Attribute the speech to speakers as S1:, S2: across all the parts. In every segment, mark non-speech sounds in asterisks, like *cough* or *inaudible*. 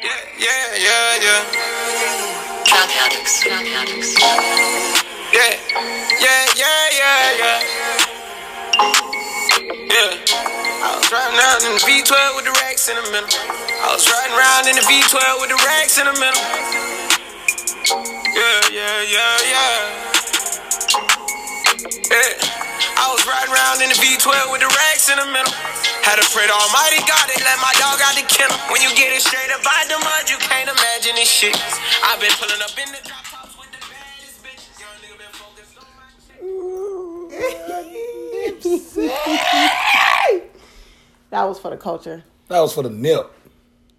S1: yeah, yeah, yeah.
S2: Drug addicts. Drug addicts.
S1: Yeah, yeah, yeah, yeah, yeah. Yeah. I was riding around in the V12 with the racks in the middle. I was riding around in the V12 with the racks in the middle. Yeah, yeah, yeah, yeah. Yeah. Eh. I was riding around in the V12 with the racks in the middle. Had to pray to Almighty God and let my dog out the kennel. When you get it straight up out the mud, you can't imagine this shit. I've been pulling up in the drop tops with the baddest bitches. Young nigga been focused on my shit.
S3: That was for the culture.
S4: That was for the nip.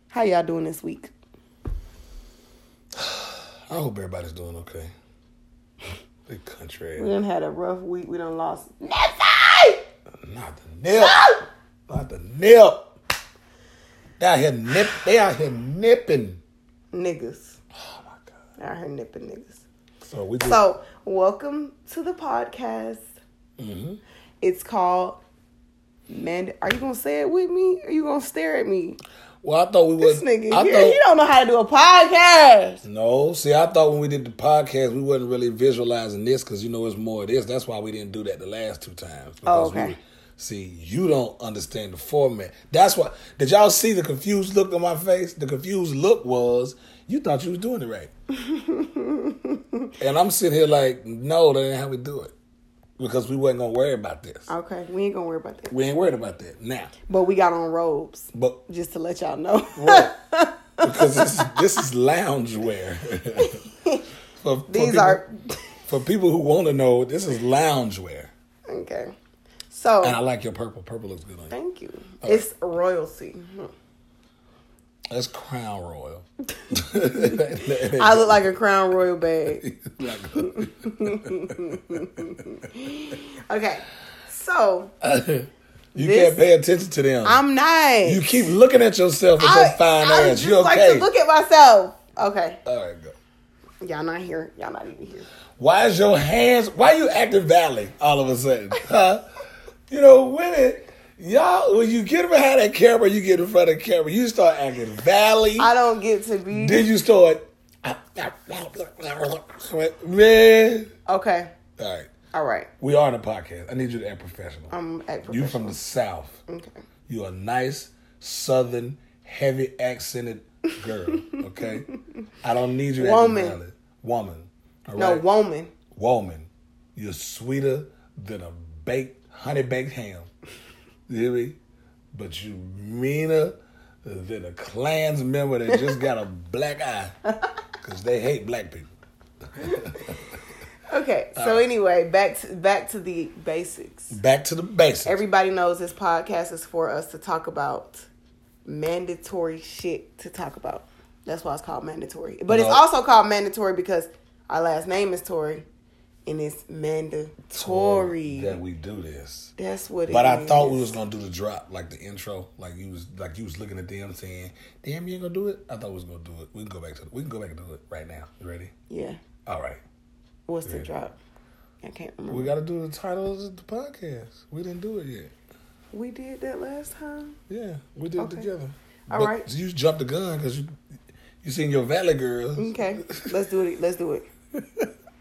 S3: How y'all doing this week?
S4: I hope everybody's doing okay. *laughs* The country.
S3: We
S4: ass.
S3: done had a rough week. We done lost.
S4: Not the nip. Not the nip. They out here nip. They out here nipping.
S3: niggas.
S4: Oh my god.
S3: I heard nipping niggas.
S4: So we just
S3: So, welcome to the podcast.
S4: Mm-hmm.
S3: It's called Man. Are you gonna say it with me? Or you gonna stare at me?
S4: well, I thought we was.
S3: This nigga
S4: I
S3: here,
S4: thought
S3: he don't know how to do a podcast.
S4: no. See, I thought when we did the podcast, we wasn't really visualizing this because you know it's more of this. That's why we didn't do that the last two times.
S3: Oh,
S4: because we
S3: okay.
S4: were- see, you don't understand the format. That's why. Did y'all see the confused look on my face? The confused look was you thought you was doing it
S3: *laughs*
S4: right, and I'm sitting here like, no, that ain't how we do it because we wasn't gonna worry about this.
S3: Okay, we ain't gonna worry about that.
S4: We ain't worried about that now.
S3: But we got on robes,
S4: But
S3: just to let y'all know.
S4: Right. because this, this is loungewear. *laughs* for, for
S3: These
S4: people,
S3: are
S4: for people who want to know. This is loungewear,
S3: *laughs* okay. So
S4: and I like your purple. Purple looks good on you.
S3: thank you. It's royalty.
S4: That's Crown Royal.
S3: *laughs* I look like a crown royal bag.
S4: *laughs*
S3: Okay, so
S4: you
S3: This-
S4: can't pay attention to them.
S3: I'm not.
S4: you keep looking at yourself with your fine
S3: I
S4: ass.
S3: just
S4: You
S3: like
S4: okay?
S3: to look at myself. Okay,
S4: All right, go.
S3: y'all not here. Y'all not even here.
S4: Why is your hands? Why you acting valley all of a sudden? Huh? you know, women, y'all. When you get behind that camera, you get in front of the camera. You start acting valley.
S3: I don't get to be
S4: Then you start. Man.
S3: okay.
S4: All right.
S3: All right,
S4: We are in a podcast. I need you to act professional.
S3: I'm at
S4: you
S3: professional.
S4: from the South.
S3: okay.
S4: You a nice Southern, heavy accented girl.
S3: *laughs*
S4: Okay. I don't need you. acting
S3: Woman.
S4: valid. Woman. All
S3: No
S4: right?
S3: woman.
S4: woman, you're sweeter than a baked honey baked ham. You hear me? But you meaner than a Klans member that just
S3: *laughs*
S4: got a black eye because they hate black people.
S3: Okay, so anyway, back to back to the basics.
S4: Back to the basics.
S3: Everybody knows this podcast is for us to talk about mandatory shit to talk about. That's why it's called mandatory. But it's
S4: No.
S3: also called mandatory because our last name is Tory, and it's mandatory.
S4: that we do this.
S3: That's what.
S4: But
S3: it
S4: I thought we
S3: is.
S4: was gonna do the drop, like the intro, like you was like you was looking at them saying, "Damn, you ain't gonna do it." I thought we was gonna do it. We can go back to we can go back and do it right now. You ready?
S3: Yeah.
S4: All right.
S3: What's the
S4: Yeah.
S3: drop? I can't remember.
S4: We gotta do the titles of the podcast. We didn't do it yet.
S3: We did that last time.
S4: Yeah, we did
S3: Okay.
S4: it together.
S3: All
S4: but
S3: right.
S4: You jumped the gun because you you seen your valley girls.
S3: Okay, let's do it. Let's do it.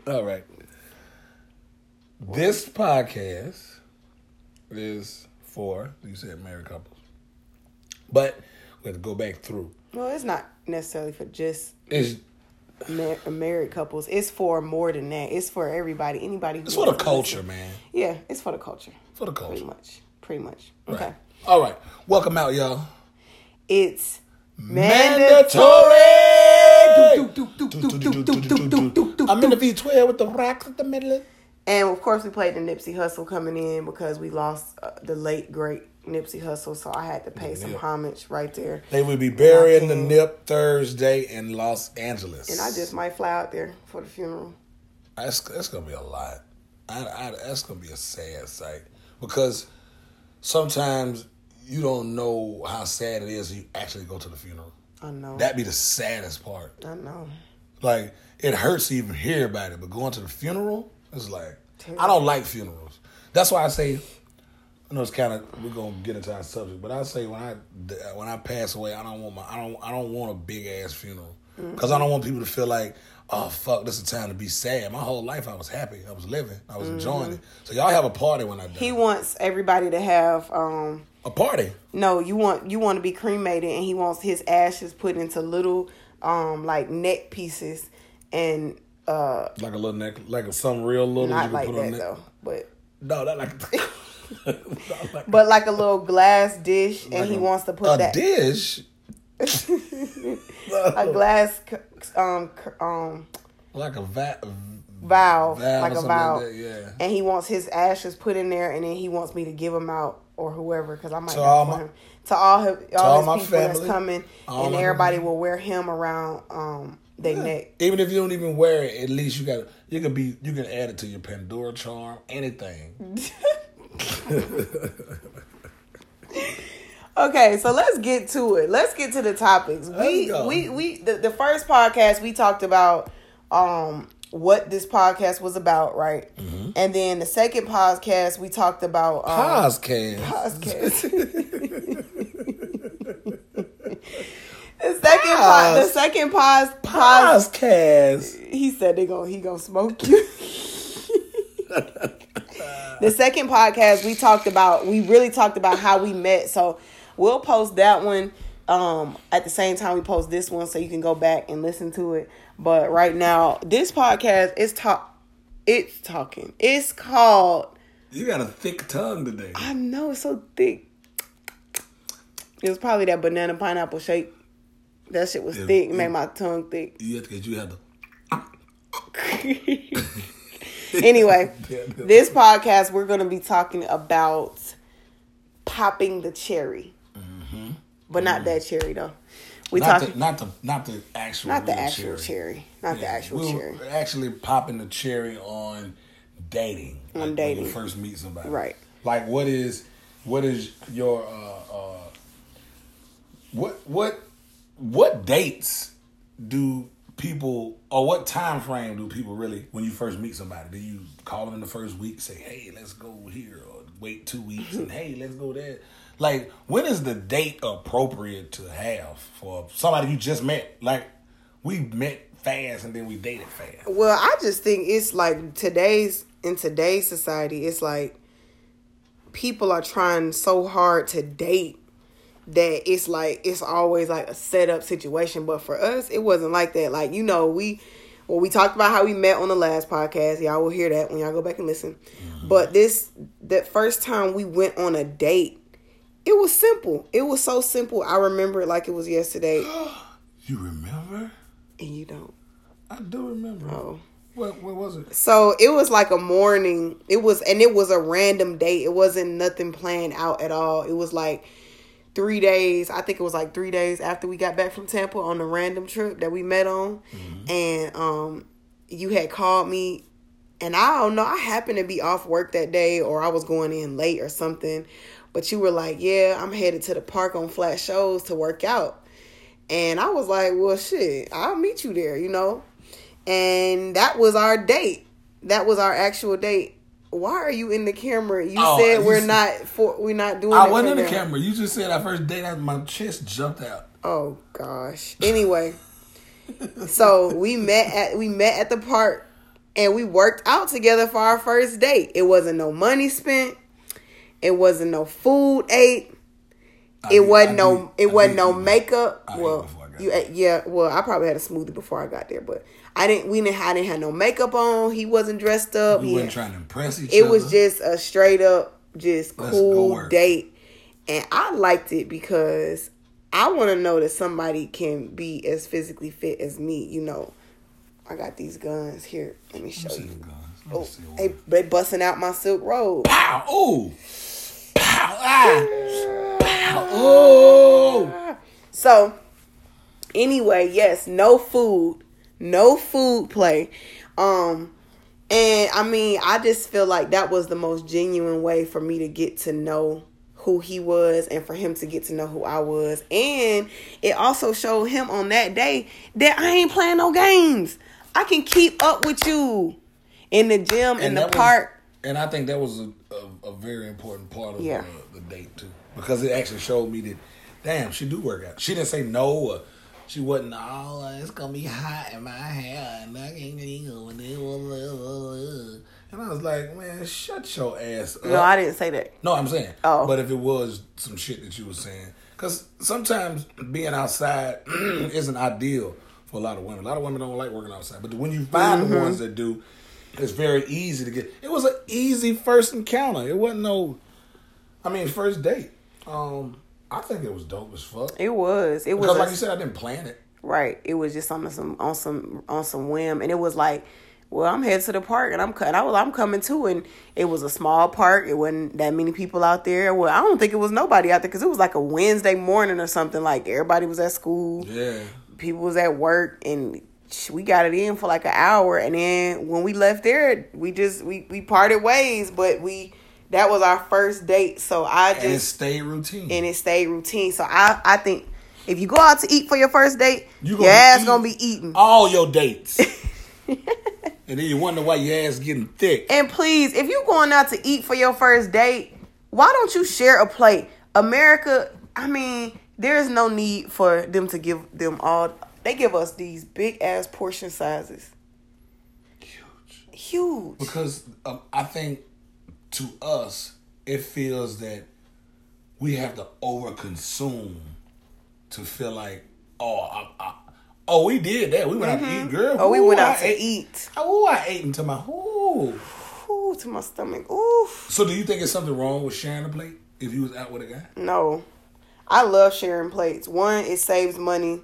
S4: All right. This podcast is for you said married couples, but we have to go back through.
S3: Well, it's not necessarily for just
S4: It's
S3: mar- married couples. It's for more than that. It's for everybody. Anybody. Who
S4: it's for the
S3: wants to listen.
S4: culture, man.
S3: Yeah, it's for the culture.
S4: For the
S3: Pretty
S4: culture.
S3: much. Pretty much.
S4: Right.
S3: Okay.
S4: All right. Welcome out, y'all.
S3: It's
S4: Mandatory. I'm in the V12 with the rocks at the middle. of-
S3: And of course, we played the Nipsey Hustle coming in because we lost uh, the late great Nipsey Hustle, so I had to pay some
S4: Yeah.
S3: homage right there.
S4: They will be burying the
S3: Okay.
S4: nip Thursday in Los Angeles.
S3: And I just might fly out there for the funeral.
S4: that's, that's gonna be a lot. I, I, that's gonna be a sad sight because sometimes you don't know how sad it is. When you actually go to the funeral.
S3: I know.
S4: That'd be the saddest part.
S3: I know.
S4: Like it hurts to even hear about it, but going to the funeral is like I don't like funerals. That's why I say I know it's kind of we're gonna get into our subject, but I say when I when I pass away, I don't want my I don't I don't want a big ass funeral
S3: Mm.
S4: because I don't want people to feel like oh fuck this is time to be sad. My whole life I was happy, I was living, I was enjoying it. So y'all have a party when I die.
S3: Mm-hmm. He wants everybody to have um
S4: a party.
S3: no, you want you want to be cremated and he wants his ashes put into little um like neck pieces and uh
S4: Like a little neck, like a some real little. you
S3: not
S4: can
S3: like
S4: put
S3: that
S4: on neck.
S3: though. But
S4: No,
S3: *laughs*
S4: not like. *laughs* not like
S3: but like a little glass dish and he
S4: a-
S3: wants to put
S4: a
S3: that
S4: dish.
S3: a glass c- um c- um
S4: like a vat.
S3: valve,
S4: Valve
S3: like
S4: or
S3: a
S4: something
S3: valve.
S4: like that, yeah.
S3: And he wants his ashes put in there, and then he wants me to give them out or whoever, because I might
S4: To
S3: not
S4: all
S3: want
S4: my-
S3: him. To all, his, all,
S4: all
S3: his
S4: my
S3: people that's
S4: family,
S3: coming,
S4: all
S3: and
S4: my-
S3: everybody will wear him around um their neck.
S4: Even if you don't even wear it, at least you got you can be you can add it to your Pandora charm, anything.
S3: Okay, so let's get to it. Let's get to the topics.
S4: Let's
S3: We
S4: go.
S3: we we the, the first podcast we talked about um what this podcast was about, right?
S4: Mm-hmm.
S3: And then the second podcast we talked about um,
S4: Podcast.
S3: podcast. *laughs* the second pod, the
S4: Pause.
S3: second pause, pause.
S4: Podcast.
S3: He said they gonna he gonna smoke you. the second podcast we talked about, we really talked about how we met. So we'll post that one um at the same time we post this one so you can go back and listen to it. But right now, this podcast is talk it's talking. It's called
S4: You got a thick tongue today.
S3: I know it's so thick. It was probably that banana pineapple shake. That shit was
S4: Yeah,
S3: thick,
S4: yeah.
S3: made my tongue thick. *laughs*
S4: You have to you have to
S3: anyway,
S4: Yeah, no.
S3: this podcast we're gonna be talking about popping the cherry, but not that cherry though. We
S4: Mm-hmm. not
S3: talking
S4: the not the not the actual
S3: not the
S4: real
S3: actual cherry, not the
S4: Yeah,
S3: actual
S4: we were
S3: cherry.
S4: Actually popping the cherry on dating. On
S3: dating.
S4: When you first meet somebody.
S3: Right.
S4: Like what is what is your uh uh what what what dates do people or what time frame do people really when you first meet somebody? Do you call them in the first week, say, Hey, let's go here or wait two
S3: *laughs*
S4: weeks and hey, let's go there? Like, when is the date appropriate to have for somebody you just met? Like, we met fast and then we dated fast.
S3: Well, I just think it's like today's in today's society, it's like people are trying so hard to date that it's like it's always like a setup situation. But for us, it wasn't like that. Like you know, we well we talked about how we met on the last podcast. Y'all will hear that when y'all go back and listen. But this that first time we went on a date, it was simple. It was so simple. I remember it like it was yesterday,
S4: You remember?
S3: and you don't.
S4: I do remember.
S3: Oh.
S4: What what was it?
S3: So it was like a morning. It was, and it was a random date. It wasn't nothing planned out at all. It was like three days. I think it was like three days after we got back from Tampa on the random trip that we met on,
S4: Mm-hmm.
S3: and um, you had called me, and I don't know. I happened to be off work that day, or I was going in late or something. But you were like, "Yeah, I'm headed to the park on Flat Shows to work out," and I was like, "Well, shit, I'll meet you there," you know. And that was our date. That was our actual date. Why are you in the camera? You
S4: Oh,
S3: said
S4: you
S3: we're
S4: s-
S3: not for we're not doing.
S4: I
S3: it
S4: wasn't in
S3: for
S4: the
S3: now.
S4: camera. You just said our first date, I- my chest jumped out.
S3: Oh gosh. Anyway, so we met at we met at the park and we worked out together for our first date. It wasn't no money spent. It wasn't no food ate.
S4: I
S3: It
S4: did-
S3: wasn't
S4: I
S3: no
S4: did-
S3: it
S4: I
S3: wasn't
S4: did
S3: no
S4: eat that.
S3: makeup.
S4: I ate
S3: well,
S4: before I got
S3: you
S4: there.
S3: ate, yeah. Well, I probably had a smoothie before I got there, but I didn't. We didn't. I didn't have no makeup on. He wasn't dressed up.
S4: We
S3: He
S4: weren't
S3: had-
S4: trying to impress each
S3: it
S4: other.
S3: was just a straight up just
S4: Let's go
S3: cool
S4: work.
S3: date and i liked it because i want to know that somebody can be as physically fit as me you know i got these guns here let me show
S4: Let me see
S3: you
S4: the guns. Let me
S3: oh,
S4: see
S3: they,
S4: what-
S3: they busting out my silk road
S4: Pow! Ooh! Pow! Ah! Pow! Ooh!
S3: So, anyway, yes, no food, no food play. Um, and I mean, I just feel like that was the most genuine way for me to get to know who he was and for him to get to know who I was. And it also showed him on that day that I ain't playing no games. I can keep up with you in the gym, in
S4: And
S3: the
S4: that was-
S3: park.
S4: And I think that was a, a, a very important part of
S3: Yeah.
S4: the, the date too, because it actually showed me that, damn, she do work out. She didn't say no. Or she wasn't all. uh, it's gonna be hot in my hair, and I can't deal with it. And I was like, man, shut your ass up.
S3: No, I didn't say that.
S4: No, I'm saying.
S3: Oh.
S4: But if it was some shit that you were saying, because sometimes being outside *clears throat* isn't ideal for a lot of women. A lot of women don't like working outside, but when you find
S3: Mm-hmm.
S4: the ones that do, it's very easy to get. It was an easy first encounter. It wasn't no, I mean, first date. Um, I think it was dope as fuck.
S3: It was. It was
S4: Because,
S3: a-
S4: like you said, I didn't plan it.
S3: Right. It was just on some on some on some whim, and it was like, well, I'm headed to the park, and I'm cut. I was I'm coming too, and it was a small park. It wasn't that many people out there. Well, I don't think it was nobody out there because it was like a Wednesday morning or something. Like everybody was at school,
S4: Yeah.
S3: people was at work, and sh- we got it in for like an hour, and then when we left there, we just we we parted ways. But we that was our first date, so I just
S4: And it stayed routine.
S3: and it stayed routine. So I, I think if you go out to eat for your first date,
S4: You
S3: your
S4: gonna
S3: ass
S4: eat.
S3: gonna be eating.
S4: all your
S3: *laughs*
S4: dates. and then you wonder why your ass getting thick.
S3: And please, if you going out to eat for your first date, why don't you share a plate? America, I mean, there is no need for them to give them all. They give us these big ass portion sizes,
S4: Huge.
S3: huge.
S4: because um, I think to us it feels that we have to overconsume to feel like oh I, I, oh we did that we went out to eat girl
S3: Oh, we
S4: Ooh,
S3: went
S4: I
S3: out to
S4: ate-
S3: eat.
S4: oh I ate into my ooh
S3: Ooh, to my stomach. Oof.
S4: so do you think it's something wrong with sharing a plate if you was out with a guy
S3: No. I love sharing plates. One, it saves money.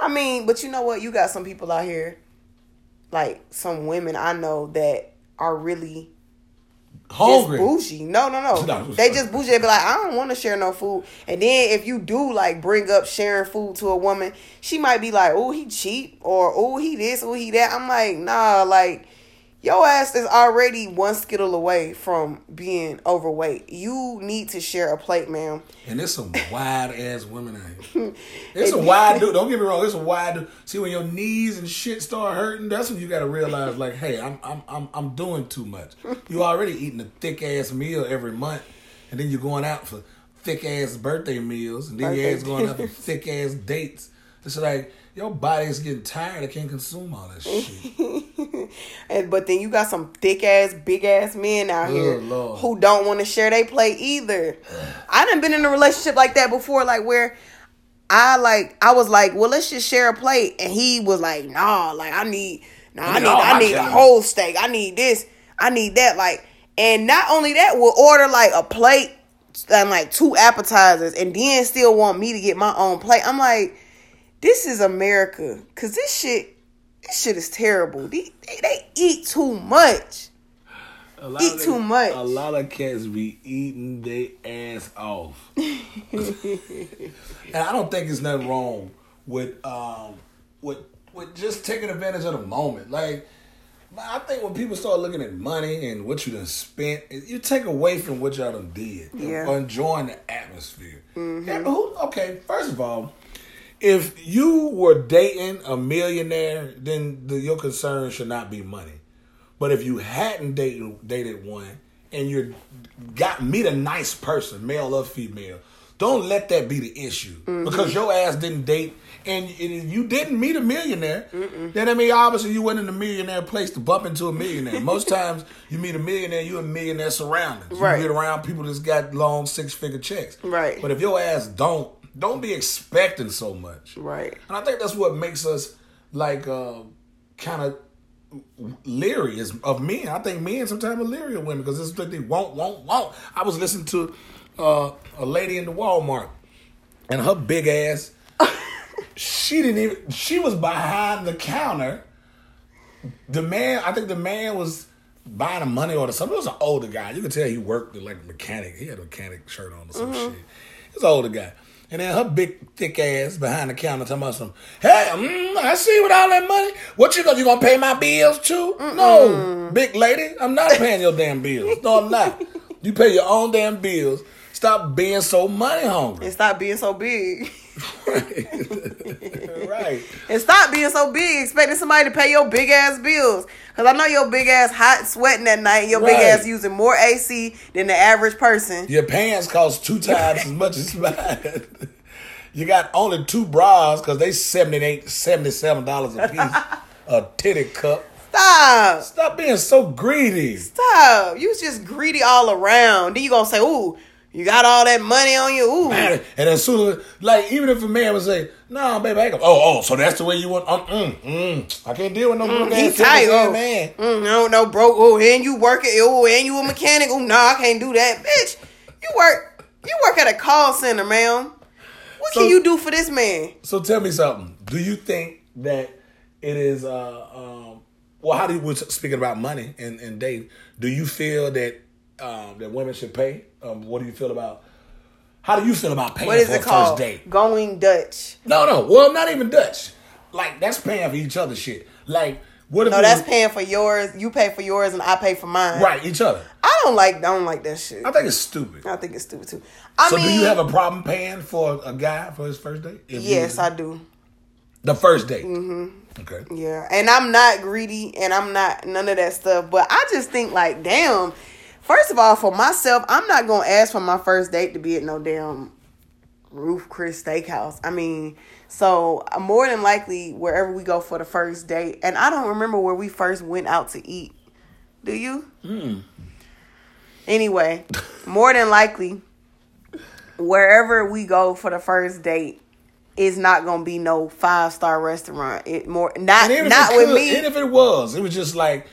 S3: I mean, but you know what? You got some people out here, like some women I know that are really just
S4: hungry
S3: bougie. No, no, *laughs* no.
S4: No.
S3: They just bougie. They be like, I don't want to share no food. And then if you do like bring up sharing food to a woman, she might be like, oh, he cheap or oh, he this, oh, he that. I'm like, nah, like your ass is already one skittle away from being overweight. You need to share a plate, ma'am.
S4: and there's some wide ass women out here it's a wide dude don't get me wrong it's a wide dude see when your knees and shit start hurting that's when you gotta realize like hey I'm I'm I'm, I'm doing too much you already eating a thick ass meal every month and then you're going out for thick ass birthday meals and then your ass
S3: Birthday
S4: going out for thick ass dates it's like your body's getting tired it can't consume all that shit
S3: And but then you got some thick ass, big ass men out
S4: Good
S3: here
S4: Lord.
S3: who don't want to share they plate either. *sighs* I done been in a relationship like that before, like where I like I was like, well, let's just share a plate, and he was like, nah, like I need, nah, I
S4: need
S3: need,
S4: all my
S3: I need a
S4: chicken.
S3: whole steak, I need this, I need that, like, and not only that, we'll order like a plate and like two appetizers, and then still want me to get my own plate. I'm like, this is America, cause this shit, this shit is terrible. They, they, they eat too much.
S4: A lot
S3: Eat
S4: of-
S3: too much.
S4: A lot of cats be eating their ass
S3: *laughs*
S4: off. and I don't think it's nothing wrong with um with with just taking advantage of the moment. Like I think when people start looking at money and what you done spent, you take away from what y'all done did.
S3: Yeah. Mm-hmm.
S4: Or enjoying the atmosphere. Yeah, but who- okay, first of all, if you were dating a millionaire, then the, your concern should not be money. But if you hadn't dated dated one and you got meet a nice person, male or female, don't let that be the issue because your ass didn't date and, and if you didn't meet a millionaire. Then I mean, obviously you went in a millionaire place to bump into a millionaire. Most times you meet a millionaire, you're a millionaire surroundings.
S3: Right.
S4: You get around people that's got long six figure checks.
S3: Right.
S4: But if your ass don't, don't be expecting so much.
S3: Right.
S4: And I think that's what makes us like uh, kind of leery is of men. I think men sometimes are leery of women because this is what they won't, won't, won't. I was listening to uh, a lady in the Walmart and her big ass. she didn't even. She was behind the counter. The man, I think the man was buying the money order. Something. It was an older guy. You could tell he worked at, like a mechanic. He had a mechanic shirt on or some shit. He was an older guy. And then her big thick ass behind the counter talking about some. Hey, mm, I see with all that money. What you gonna you gonna pay my bills too? No, big lady, I'm not paying your damn bills. No, I'm not. You pay your own damn bills. Stop being so money hungry.
S3: *laughs* And stop being so big.
S4: right. Right.
S3: And stop being so big, expecting somebody to pay your big ass bills. Cause I know your big ass hot sweating at night, and your big
S4: Right.
S3: ass using more AC than the average person.
S4: Your pants cost two times as much as mine. *laughs* You got only two bras because they 78 $77 a piece. a titty cup.
S3: Stop.
S4: Stop being so greedy.
S3: Stop. You was just greedy all around. Then you gonna say, ooh, you got all that money on you. Ooh.
S4: And as soon as, like, even if a man would say, "No, baby, I can," oh, oh, so that's the way you want? Uh, mm, mm, I can't deal with no broke
S3: He
S4: ass
S3: tight,
S4: titty
S3: oh.
S4: man.
S3: Mm, no, no, bro. Oh, and you work at oh, and you a mechanic. Oh, no, I can't do that, bitch. You work, you work at a call center, ma'am. What
S4: So-
S3: can you do for this man?
S4: So tell me something. Do you think that it is? Uh, um, well, how do you, we're speaking about money and and Dave? Do you feel that um, that women should pay? Um, what do you feel about? How do you feel about paying
S3: What is
S4: for
S3: it
S4: a
S3: called?
S4: first date?
S3: Going Dutch.
S4: No, no. Well, not even Dutch. Like that's paying for each other shit. Like what if
S3: No,
S4: it
S3: that's
S4: was-
S3: paying for yours. You pay for yours, and I pay for mine.
S4: Mm. right each other?
S3: I don't like. I don't like that shit.
S4: I think it's stupid.
S3: I think it's stupid too. I
S4: so
S3: mean,
S4: do you have a problem paying for a guy for his first date? If you
S3: yes,
S4: was-
S3: I do.
S4: the first date. Mm-hmm. Okay.
S3: Yeah, and I'm not greedy, and I'm not none of that stuff. But I just think like, damn. First of all, for myself, I'm not gonna ask for my first date to be at no damn Roof Chris Steakhouse. I mean, so uh, more than likely, wherever we go for the first date, and I don't remember where we first went out to eat. Do you? Anyway, more than likely, wherever we go for the first date. is not gonna be no five star restaurant. It more not
S4: And even
S3: not
S4: if it
S3: with
S4: could-
S3: me.
S4: Even if it was, it was just like,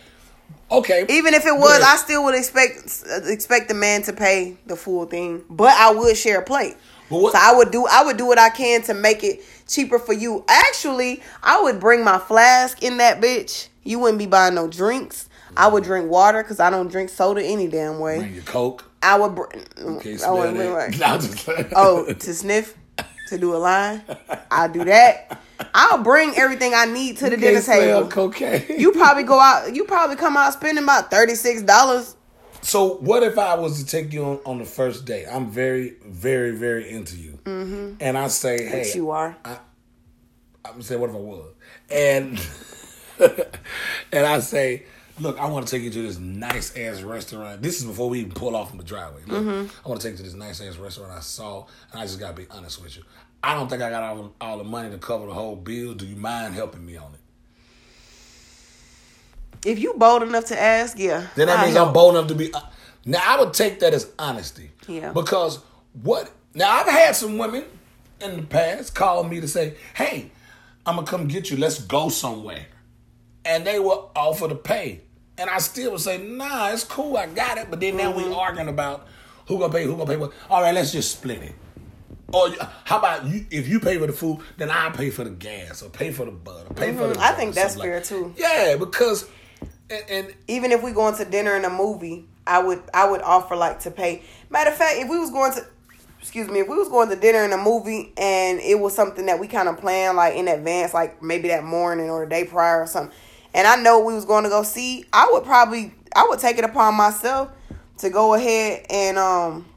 S4: okay.
S3: Even if it was,
S4: Yeah.
S3: I still would expect uh, expect the man to pay the full thing, but I would share a plate.
S4: But what-
S3: so I would do I would do what I can to make it cheaper for you. Actually, I would bring my flask in that bitch. You wouldn't be buying no drinks. I would drink water because I don't drink soda any damn way.
S4: Bring your coke.
S3: I would. Br-
S4: Okay,
S3: I
S4: smell
S3: would bring
S4: that.
S3: like-
S4: *laughs* No, I'm just like,
S3: oh, to sniff, to do a line. I do that. I'll bring everything I need to the
S4: you
S3: dinner
S4: can't smell
S3: table.
S4: cocaine.
S3: You probably go out. You probably come out spending about thirty six dollars
S4: *laughs* so what if I was to take you on, on the first date? I'm very, very, very into you, mm-hmm. and I say, hey,
S3: Yes, you are.
S4: I'm gonna say what if I was, and *laughs* and I say, look, I want to take you to this nice ass restaurant. This is before we even pull off from the driveway. Look, I want to take you to this nice ass restaurant I saw, and I just gotta be honest with you. I don't think I got all, all the money to cover the whole bill. Do you mind helping me on it?
S3: if you bold enough to ask, yeah.
S4: Then that
S3: I
S4: means
S3: help.
S4: I'm bold enough to be. uh, Now I would take that as honesty.
S3: Yeah.
S4: Because what? Now I've had some women in the past call me to say, "Hey, I'm gonna come get you. Let's go somewhere," and they will offer to pay, and I still would say, "Nah, it's cool. I got it." But then now
S3: Mm-hmm.
S4: we arguing about who gonna pay, who gonna pay what. All right, let's just split it. Or you- how about you? If you pay for the food, then I will pay for the gas, or pay for the butter, pay for the.
S3: Mm-hmm. I think
S4: drink, or
S3: that's
S4: something like-
S3: fair, too.
S4: Yeah, because and, and
S3: Even if we going to dinner and a movie, I would I would offer like to pay. Matter of fact, if we was going to excuse me, if we was going to dinner and a movie and it was something that we kind of planned like in advance, like maybe that morning or the day prior or something, and I know we was going to go see, I would probably I would take it upon myself to go ahead and um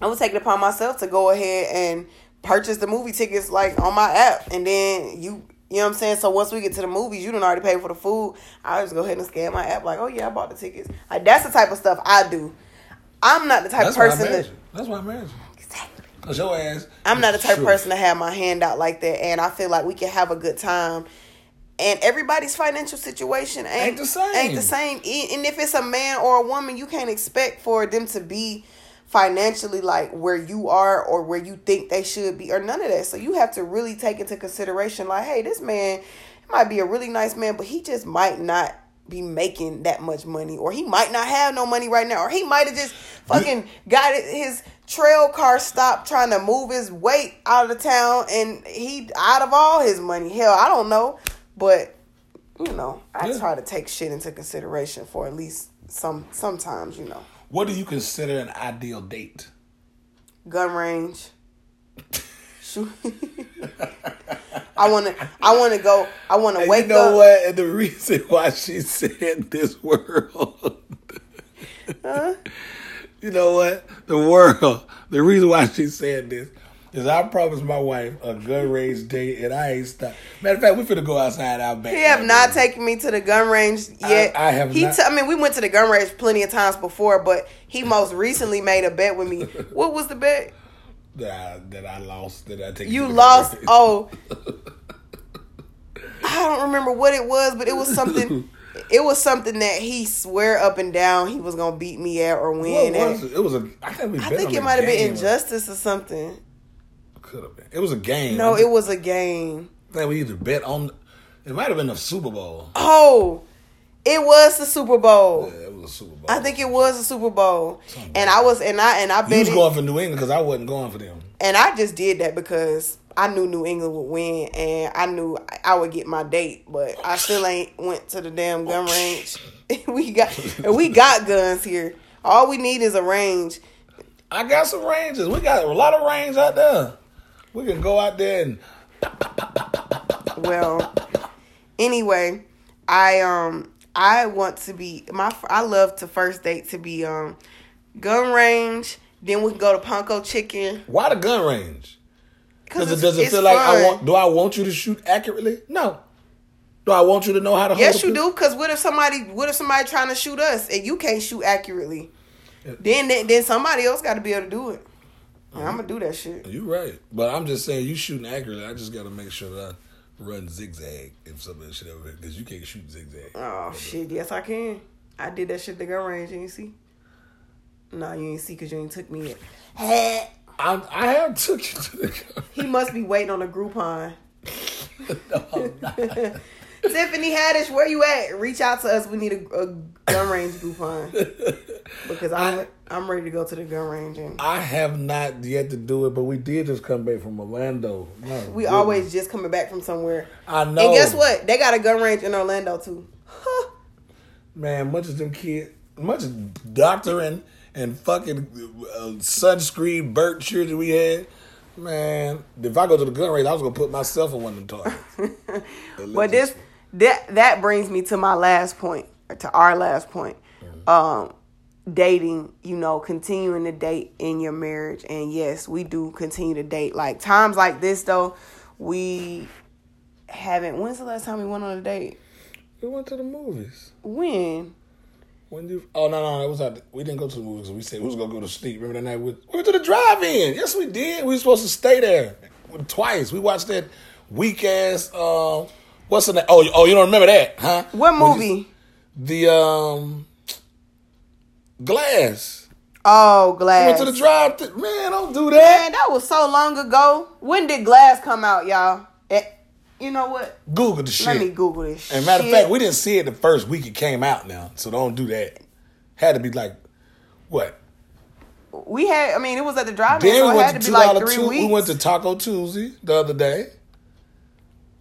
S3: I would take it upon myself to go ahead and purchase the movie tickets like on my app, and then you. You know what I'm saying? So once we get to the movies, you done already paid for the food. I just go ahead and scan my app like, oh yeah, I bought the tickets. Like that's the type of stuff I do. I'm not the type of
S4: That's why I
S3: person
S4: married
S3: that
S4: you. That's why I married you. Cause your ass.
S3: I'm not the type of
S4: Sure.
S3: person to have my hand out like that, and I feel like we can have a good time. And everybody's financial situation ain't,
S4: Ain't the same.
S3: Ain't the same. E- And if it's a man or a woman, you can't expect for them to be financially like where you are or where you think they should be or none of that. So you have to really take into consideration, like, hey, this man might be a really nice man, but he just might not be making that much money, or he might not have no money right now, or he might have just fucking got it- his trail car stopped trying to move his weight out of town, and he out of all his money. Hell, I don't know, but you know, I
S4: Yeah.
S3: try to take shit into consideration for at least some sometimes, you know,
S4: What do you consider an ideal date?
S3: gun range. Shoot. *laughs* I want to. I want to go. I want to
S4: And
S3: wake
S4: you know
S3: up.
S4: what? And the reason *laughs* why she said this world. *laughs* You know what? The world. The reason why she said this. Is I promised my wife a gun range date, and I ain't stop. Matter of fact, we finna go outside out back.
S3: He have not taken me to the gun range yet.
S4: I have
S3: He,
S4: not-
S3: t- I mean, we went to the gun range plenty of times before, but he most recently made a bet with me. What was the bet?
S4: that I, that I lost. That I take
S3: You
S4: *laughs*
S3: lost. Oh, I don't remember what it was, but it was
S4: *laughs*
S3: something. It was something that he swear up and down he was gonna beat me at or
S4: What
S3: win
S4: was
S3: at.
S4: it? It was a. I, can't
S3: I think it might have been injustice or something.
S4: Could have been. It was a game.
S3: No,
S4: I
S3: it was a game.
S4: think we either bet on. It might have been a Super Bowl.
S3: Oh, it was the Super Bowl.
S4: Yeah, it was a Super Bowl.
S3: I think it was the Super Bowl, and I was and I and I
S4: you
S3: bet
S4: was
S3: it,
S4: going for New England because I wasn't going for them.
S3: and I just did that because I knew New England would win, and I knew I would get my date, but I still ain't went to the damn gun range. *laughs* we got and we got guns here. All we need is a range.
S4: I got some ranges. We got a lot of range out there. We can go out there and
S3: Well, anyway, I um I want to be my f- I love to first date to be um gun range. Then we can go to Punko Chicken.
S4: why the gun range?
S3: Cause
S4: Does it
S3: it's-
S4: does it
S3: it's
S4: feel like I
S3: fun.
S4: want? Do I want you to shoot accurately? No. Do I want you to know how to?
S3: Yes,
S4: hold
S3: you
S4: a
S3: do. Because what if somebody, what if somebody trying to shoot us and you can't shoot accurately? Then, then, then somebody else got to be able to do it. I'm gonna do that shit.
S4: You right, but I'm just saying you shooting accurately. I just got to make sure that I run zigzag if some of that shit ever because you can't shoot zigzag.
S3: Oh shit! Yes, I can. I did that shit at the gun range. You ain't see? Nah, you ain't see because you ain't took me yet.
S4: I I have took you to the *laughs* gun.
S3: He must be waiting on a Groupon. Tiffany Haddish, where you at? Reach out to us. We need a, a gun range Groupon because I'm I'm ready to go to the gun range and
S4: I have not yet to do it, but we did just come back from Orlando. My
S3: We
S4: goodness.
S3: always just coming back from somewhere.
S4: I know.
S3: And guess what? They got a gun range in Orlando too.
S4: man, much as them kids, much as doctoring and fucking uh, sunscreen bird children we had. Man, if I go to the gun range, I was gonna put myself in one of them
S3: *laughs*
S4: toys.
S3: but this that that brings me to my last point, or to our last point. Um dating, you know, continuing to date in your marriage. And yes, we do continue to date. Like times like this though, we haven't when's the last time we went on a date?
S4: we went to the movies.
S3: When?
S4: When you? Oh no, no, no, it was not. We didn't go to the movies. We said we was gonna go to sleep. Remember that night? We, we went to the drive-in. Yes, we did. We were supposed to stay there twice. We watched that weak ass. Um, what's the name? Oh, you- oh, you don't remember that, huh?
S3: What
S4: When
S3: movie?
S4: you- the um, Glass.
S3: oh, Glass.
S4: Went to the drive. Th- Man, don't do
S3: Man,
S4: that.
S3: that was so long ago. When did Glass come out, y'all? Eh, you know what?
S4: Google the shit.
S3: Let me Google this.
S4: And matter of
S3: shit.
S4: fact, we didn't see it the first week it came out. Now, so don't do that. Had to be like, what?
S3: we had. I mean, it was at the drive-in,
S4: Then
S3: so
S4: we
S3: it had
S4: went
S3: to
S4: to
S3: be
S4: two
S3: like
S4: dollar
S3: three
S4: two.
S3: weeks.
S4: We went to Taco Tuesday the other day.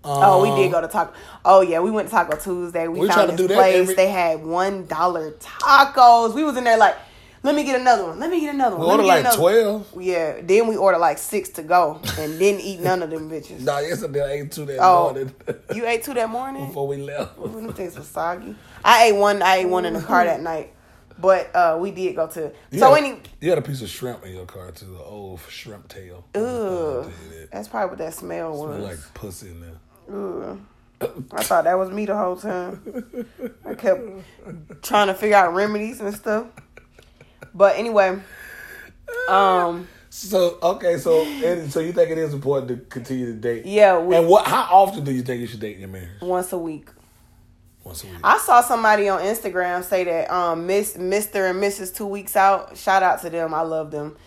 S3: oh, we did go to Taco. Oh yeah, we went to Taco Tuesday. We,
S4: um, We try
S3: found
S4: to
S3: this
S4: do that
S3: place.
S4: every-
S3: They had one dollar tacos. We was in there like, let me get another one. Let me get another one.
S4: We
S3: let
S4: ordered
S3: me get
S4: like
S3: another-"
S4: twelve.
S3: Yeah. Then we ordered like six to go, and didn't
S4: *laughs*
S3: eat none of them bitches.
S4: Nah, yesterday I ate two that
S3: Oh.
S4: morning *laughs*
S3: You ate two that morning.
S4: before we left.
S3: Ooh, them things was soggy. I ate one. I ate one in the car that night, but uh, we did go to.
S4: You
S3: So
S4: had,
S3: any,
S4: you had a piece of shrimp in your car too, the old shrimp tail.
S3: ugh,
S4: Yeah,
S3: that's probably what that smell
S4: it
S3: was.
S4: was Like pussy in there.
S3: I thought that was me the whole time. I kept trying to figure out remedies and stuff. But anyway, um,
S4: So okay, so and, so you think it is important to continue to date?
S3: Yeah, we-
S4: and what? How often do you think you should date in your marriage?
S3: once a week.
S4: Once a week.
S3: I saw somebody on Instagram say that um Miss Mister and Mrs. Two Weeks Out. Shout out to them. I love them.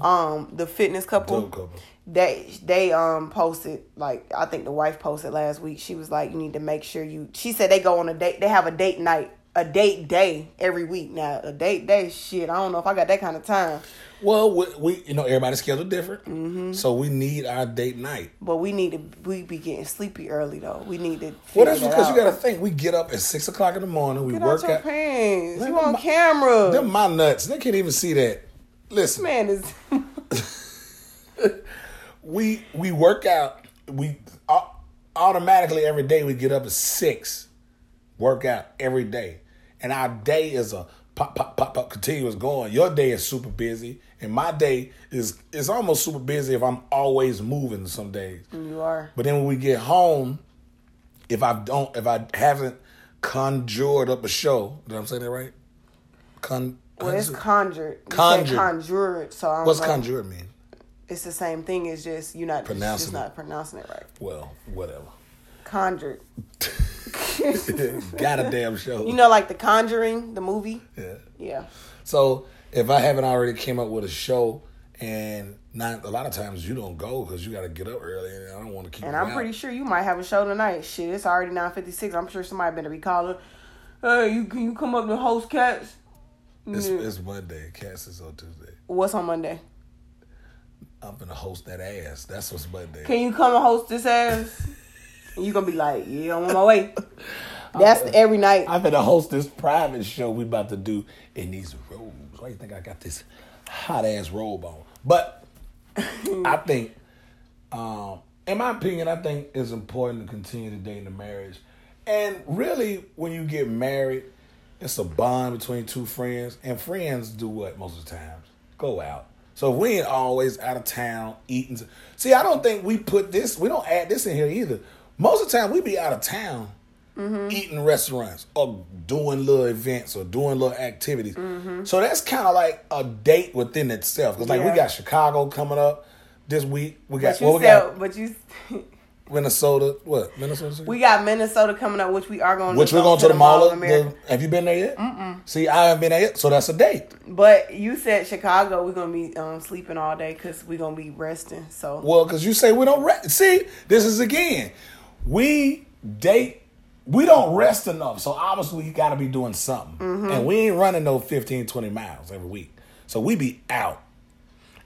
S3: Um, the fitness couple.
S4: Dope couple.
S3: They they um posted like I think the wife posted last week. She was like, you need to make sure you. She said they go on a date. They have a date night, a date day every week. Now a date day, shit. I don't know if I got that kind of time,
S4: Well, we, we you know everybody's schedule different,
S3: Mm-hmm.
S4: so we need our date night.
S3: but we need to. We be getting sleepy early though. We need to.
S4: Well,
S3: figure
S4: that's
S3: that
S4: because you
S3: out.
S4: got to think. We get up at six o'clock in the morning. We
S3: Get out
S4: work
S3: your
S4: out.
S3: pants.
S4: Man,
S3: You
S4: them
S3: on
S4: my-
S3: camera?
S4: Them my nuts. They can't even see that. Listen,
S3: man
S4: *laughs*
S3: is.
S4: we we work out. We au- automatically every day we get up at six, work out every day, and our day is a pop pop pop pop continuous going. Your day is super busy, And my day is it's almost super busy if I'm always moving some days.
S3: You are.
S4: But then when we get home, if I don't, if I haven't conjured up a show, did I say that right? Con.
S3: Well, it's conjured. You said
S4: Conjured.
S3: conjured. So I'm
S4: What's
S3: like,
S4: conjured mean?
S3: It's the same thing. It's just you're not pronouncing. Just
S4: Pronouncing it.
S3: not pronouncing it right.
S4: Well, whatever. *laughs*
S3: Conjured.
S4: Got a damn show.
S3: You know, like the Conjuring, the movie.
S4: Yeah.
S3: Yeah.
S4: So if I haven't already came up with a show, and not a lot of times you don't go because you got to get up early, and I don't want to keep.
S3: And
S4: you
S3: I'm
S4: out.
S3: pretty sure you might have a show tonight. Shit, it's already nine fifty six. I'm sure somebody better be calling. Hey, you can you come up and host cats?
S4: it's, it's Monday. Cass is on Tuesday.
S3: What's on Monday?
S4: I'm gonna host that ass. That's what's Monday.
S3: Can you come and host this ass? and you gonna be like, yeah, I'm on my way. *laughs* That's every night.
S4: I'm gonna host this private show we about to do in these robes. Why you think I got this hot ass robe on?
S3: *laughs*
S4: But I think, um, in my opinion, I think it's important to continue to date in a marriage. And really, when you get married, it's a bond between two friends, and friends do what most of the times go out. So if we ain't always out of town eating. See, I don't think we put this. We don't add this in here either. Most of the time, we be out of town eating restaurants or doing little events or doing little activities. So that's kind of like a date within itself. Because like we
S3: Yeah.
S4: got Chicago coming up this week. We got
S3: But you
S4: well, we
S3: still,
S4: got
S3: but you,
S4: Minnesota. What Minnesota?
S3: *laughs* we got Minnesota coming up, which we are going.
S4: which
S3: to
S4: we're
S3: go
S4: going to the Mall of
S3: America.
S4: the, Have you been there yet? Mm-mm. See, I haven't been there yet, so that's a date.
S3: But you said Chicago, we're gonna be um, sleeping all day because we're gonna be resting. So
S4: Well, because you say we don't rest. See, this is again, we date, we don't rest enough. So obviously, you got to be doing something.
S3: Mm-hmm.
S4: And we ain't running no 15, 20 miles every week. So we be out.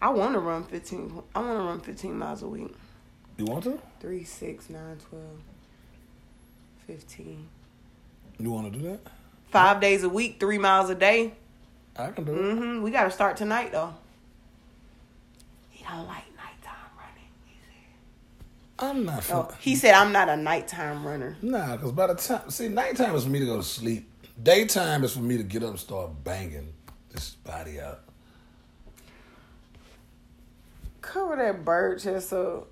S3: I want to run fifteen. I want to run fifteen miles a week.
S4: You want to?
S3: Three, six, nine, twelve, fifteen.
S4: You want to do that?
S3: Five days a week, three miles a day.
S4: I can do it.
S3: hmm We gotta start tonight though. He don't like nighttime running. He said,
S4: I'm not. Fin-
S3: oh, he said I'm not a nighttime runner.
S4: Nah, because by the time, see, nighttime is for me to go to sleep. Daytime is for me to get up and start banging this body out.
S3: Cover that bird chest up.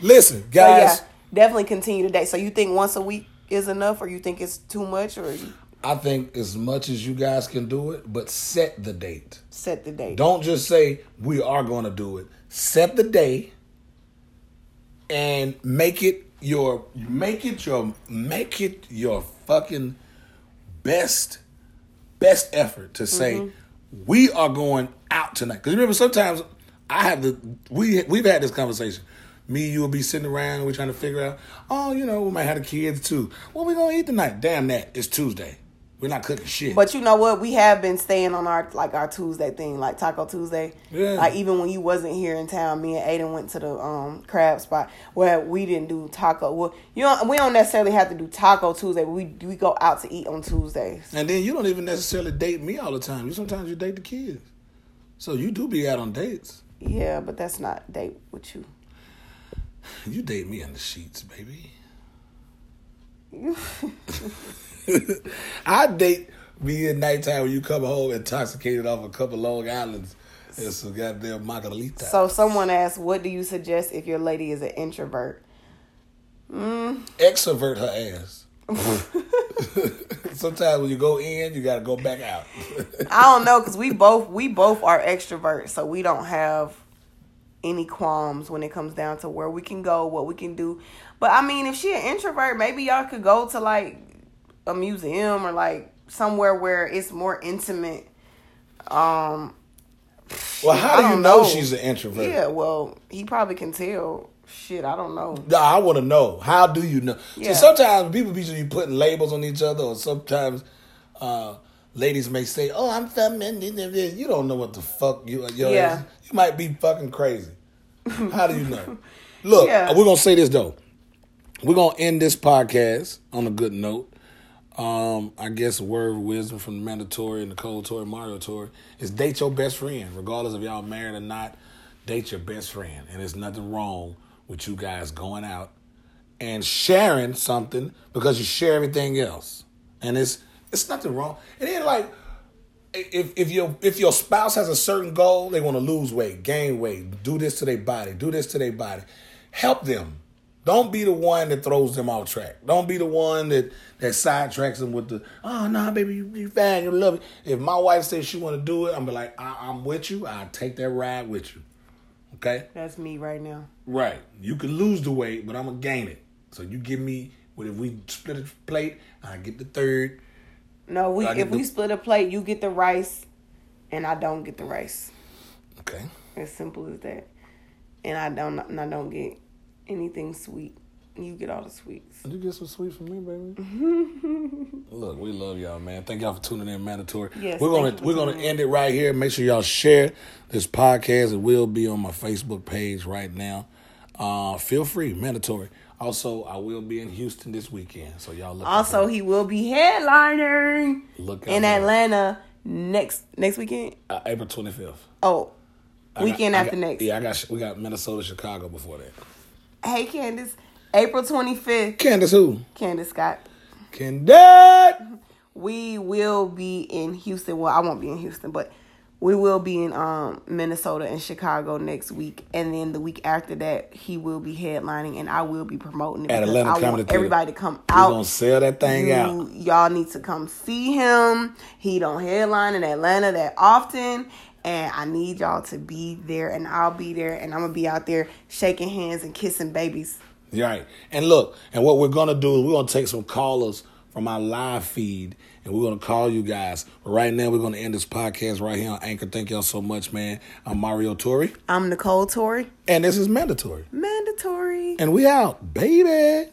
S4: Listen,
S3: So
S4: guys,
S3: Oh, yeah, definitely continue today. So you think once a week is enough, or you think it's too much, or you
S4: I think as much as you guys can do it, but set the date.
S3: set the date?
S4: Don't just say we are going to do it. Set the day and make it your make it your make it your fucking best best effort to say we are going out tonight. Cuz remember sometimes I have the we we've had this conversation. Me, you will be sitting around. We're trying to figure out. Oh, you know, we might have the kids too. What we gonna eat tonight? Damn that! It's Tuesday. We're not cooking shit.
S3: But you know what? We have been staying on our like our Tuesday thing, like Taco Tuesday.
S4: Yeah.
S3: Like even when you wasn't here in town, me and Aiden went to the um crab spot where we didn't do taco. Well, you know we don't necessarily have to do Taco Tuesday. But we we go out to eat on Tuesdays.
S4: And then you don't even necessarily date me all the time. You sometimes you date the kids. So you do be out on dates.
S3: Yeah, but that's not date with you.
S4: You date me in the
S3: *laughs*
S4: sheets, baby. I date me at nighttime when you come home intoxicated off a couple Long Islands and some goddamn margarita.
S3: So someone asked, "What do you suggest if your lady is an introvert?"
S4: Extrovert her ass. *laughs* sometimes when you go in, you gotta go back out.
S3: I don't know because we both we both are extroverts, so we don't have any qualms when it comes down to where we can go, what we can do. But I mean, if she an introvert, maybe y'all could go to like a museum or like somewhere where it's more intimate.
S4: well, how
S3: I
S4: do you
S3: don't
S4: know,
S3: know.
S4: she's an introvert?
S3: Yeah, well, he probably can tell. Shit, I don't know.
S4: No, I want to know. How do you know?
S3: Yeah.
S4: See, sometimes people be just be putting labels on each other, or sometimes uh, ladies may say, "Oh, I'm feminine." You don't know what the fuck you. Your
S3: Yeah.
S4: ass- you might be fucking crazy. *laughs* How do you know? Look,
S3: Yeah.
S4: we're gonna say this though. We're gonna end this podcast on a good note. Um, I guess a word of wisdom from the mandatory and the cold tour, Mario tour is date your best friend, regardless if y'all married or not. Date your best friend, and there's nothing wrong with you guys going out and sharing something because you share everything else, and it's it's nothing wrong. It ain't like if if your if your spouse has a certain goal, they want to lose weight, gain weight, do this to their body, do this to their body. Help them. Don't be the one that throws them off track. Don't be the one that that sidetracks them with the oh no nah, baby you, you fat you love it. If my wife says she want to do it, I'm be like I, I'm with you. I take that ride with you. Okay.
S3: That's me right now.
S4: Right. You can lose the weight, but I'm gonna gain it. So you give me what if we split a plate, I get the third.
S3: No, we
S4: I
S3: if
S4: can
S3: we
S4: do-
S3: split a plate, you get the rice, and I don't get the rice.
S4: Okay.
S3: As simple as that. And I don't and I don't get anything sweet. You get all the sweets.
S4: Did you get some sweet from me, baby? *laughs* Look, we love y'all, man. Thank y'all for tuning in, Mandatory.
S3: Yes,
S4: we're gonna
S3: thank you for
S4: we're gonna
S3: tuning in.
S4: end it right here. Make sure y'all share this podcast. It will be on my Facebook page right now. Uh, feel free, mandatory. Also, I will be in Houston this weekend, so y'all look. out
S3: Also,
S4: for-
S3: he will be headlining
S4: look out
S3: in
S4: for-
S3: Atlanta next next weekend.
S4: uh, April twenty fifth.
S3: Oh, weekend after next.
S4: Yeah, I got we got Minnesota, Chicago before that.
S3: Hey, Candace, April twenty fifth.
S4: Candace, who?
S3: Candace Scott.
S4: Candace.
S3: We will be in Houston. Well, I won't be in Houston, but we will be in um, Minnesota and Chicago next week, and then the week after that, he will be headlining, and I will be promoting it
S4: At
S3: because
S4: Atlanta
S3: I
S4: Comedy
S3: want
S4: Theater.
S3: everybody to come
S4: We're
S3: out.
S4: gonna sell that thing out.
S3: You- Y'all need to come see him. He don't headline in Atlanta that often. And I need y'all to be there, and I'll be there, and I'm gonna be out there shaking hands and kissing babies.
S4: Right. And look, and what we're gonna do is we're gonna take some callers from our live feed and we're gonna call you guys. But right now we're gonna end this podcast right here on Anchor. Thank y'all so much, man. I'm Mario Tori.
S3: I'm Nicole Tory.
S4: And this is mandatory.
S3: Mandatory.
S4: And we out, baby.